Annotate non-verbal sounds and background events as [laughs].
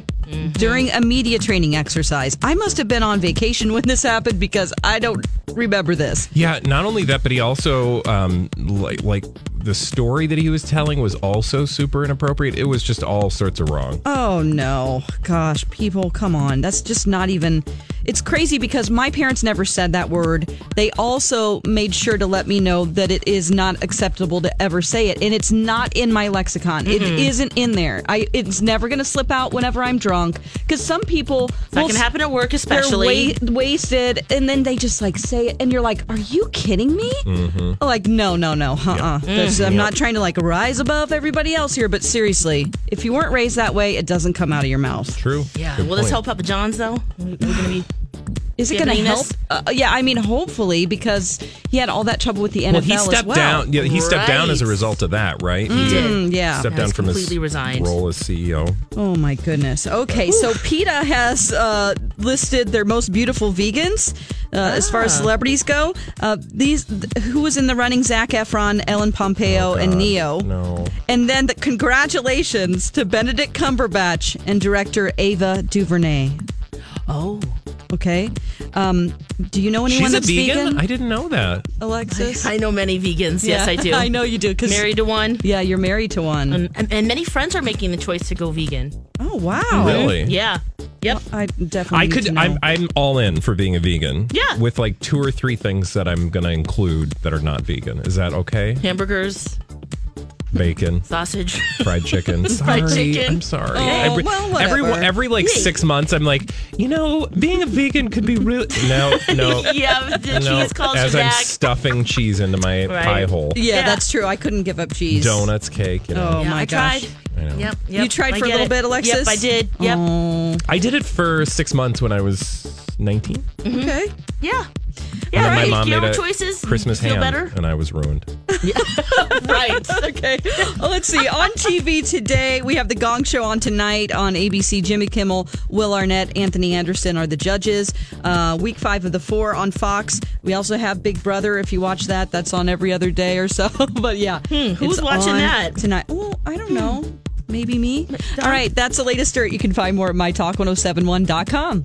during a media training exercise. I must have been on vacation when this happened because I don't remember this. Yeah, not only that, but he also um, like like the story that he was telling was also super inappropriate. It was just all sorts of wrong. Oh no, gosh, people, come on. That's just not even. It's crazy because my parents never said that word. They also made sure to let me know that it is not acceptable to ever say it, and it's not in my lexicon. It isn't in there. I. It's never going to slip out whenever I'm drunk because some people That will can s- happen at work, especially. they're wa- wasted, and then they just like say it, and you're like, "Are you kidding me?" Mm-hmm. Like, no, no, no, uh, uh I'm not trying to like rise above everybody else here, but seriously, if you weren't raised that way, it doesn't come out of your mouth. True. yeah. Good Will this point. help Papa John's though? We're gonna be. Is it Yeah, going to help? Venus. Uh, yeah, I mean, hopefully, because he had all that trouble with the NFL Well, he as stepped well. Mm, down. Yeah, he stepped down as a Right. result of that, right? He did. yeah. stepped Yeah, down he's from his completely resigned. role as E CEO. Oh my goodness. Okay, so PETA has uh, listed their most beautiful vegans uh, as far Ah. as celebrities go. Uh, these th- who was in the running: Zach Efron, Ellen Pompeo, Oh, and Neo. Oh, No. And then the congratulations to Benedict Cumberbatch and director Ava DuVernay. Oh, Okay, um, do you know anyone She's a that's vegan? I didn't know that. Alexis? I know many vegans. Yes, Yeah, I do. [laughs] I know you do. 'cause- Married to one, Yeah, you're married to one. Um, and, and many friends are making the choice to go vegan. oh wow. Really? Yeah. Yep. I definitely. I need to could. know. I'm. I'm all in for being a vegan. Yeah. With like two or three things that I'm gonna include that are not vegan. Is that okay? Hamburgers, Bacon, sausage. fried chicken. Sorry, [laughs] Fried chicken. I'm sorry. Oh, Every- well, every whatever. every like six months, I'm like, you know, being a vegan could be really no, [laughs] no. yeah, the No, cheese calls as you I'm back. stuffing cheese into my Right. pie hole, yeah, Yeah. that's true. I couldn't give up cheese. donuts, cake. You know, Oh Yeah, my I gosh. tried. I know. Oh, Yep, yep. You tried I for a get little it. bit, Alexis? Yep, I did. Yep. Oh, I did it for six months when I was 19. Mm-hmm. okay. [laughs] Yeah. And Yeah, then right. my mom Your made a choices. Christmas feel ham, better. and I was ruined. right. Okay. Well, let's see. On [laughs] TV today, we have The Gong Show on tonight on ABC. Jimmy Kimmel, Will Arnett, Anthony Anderson are the judges. Uh, week five of the four on Fox. We also have Big Brother. If you watch that, that's on every other day or so. [laughs] but yeah, Hmm, who's it's watching on that? Hmm. tonight? Well, I don't know. Maybe me. All right, that's the latest dirt. You can find more at mytalk1071.com.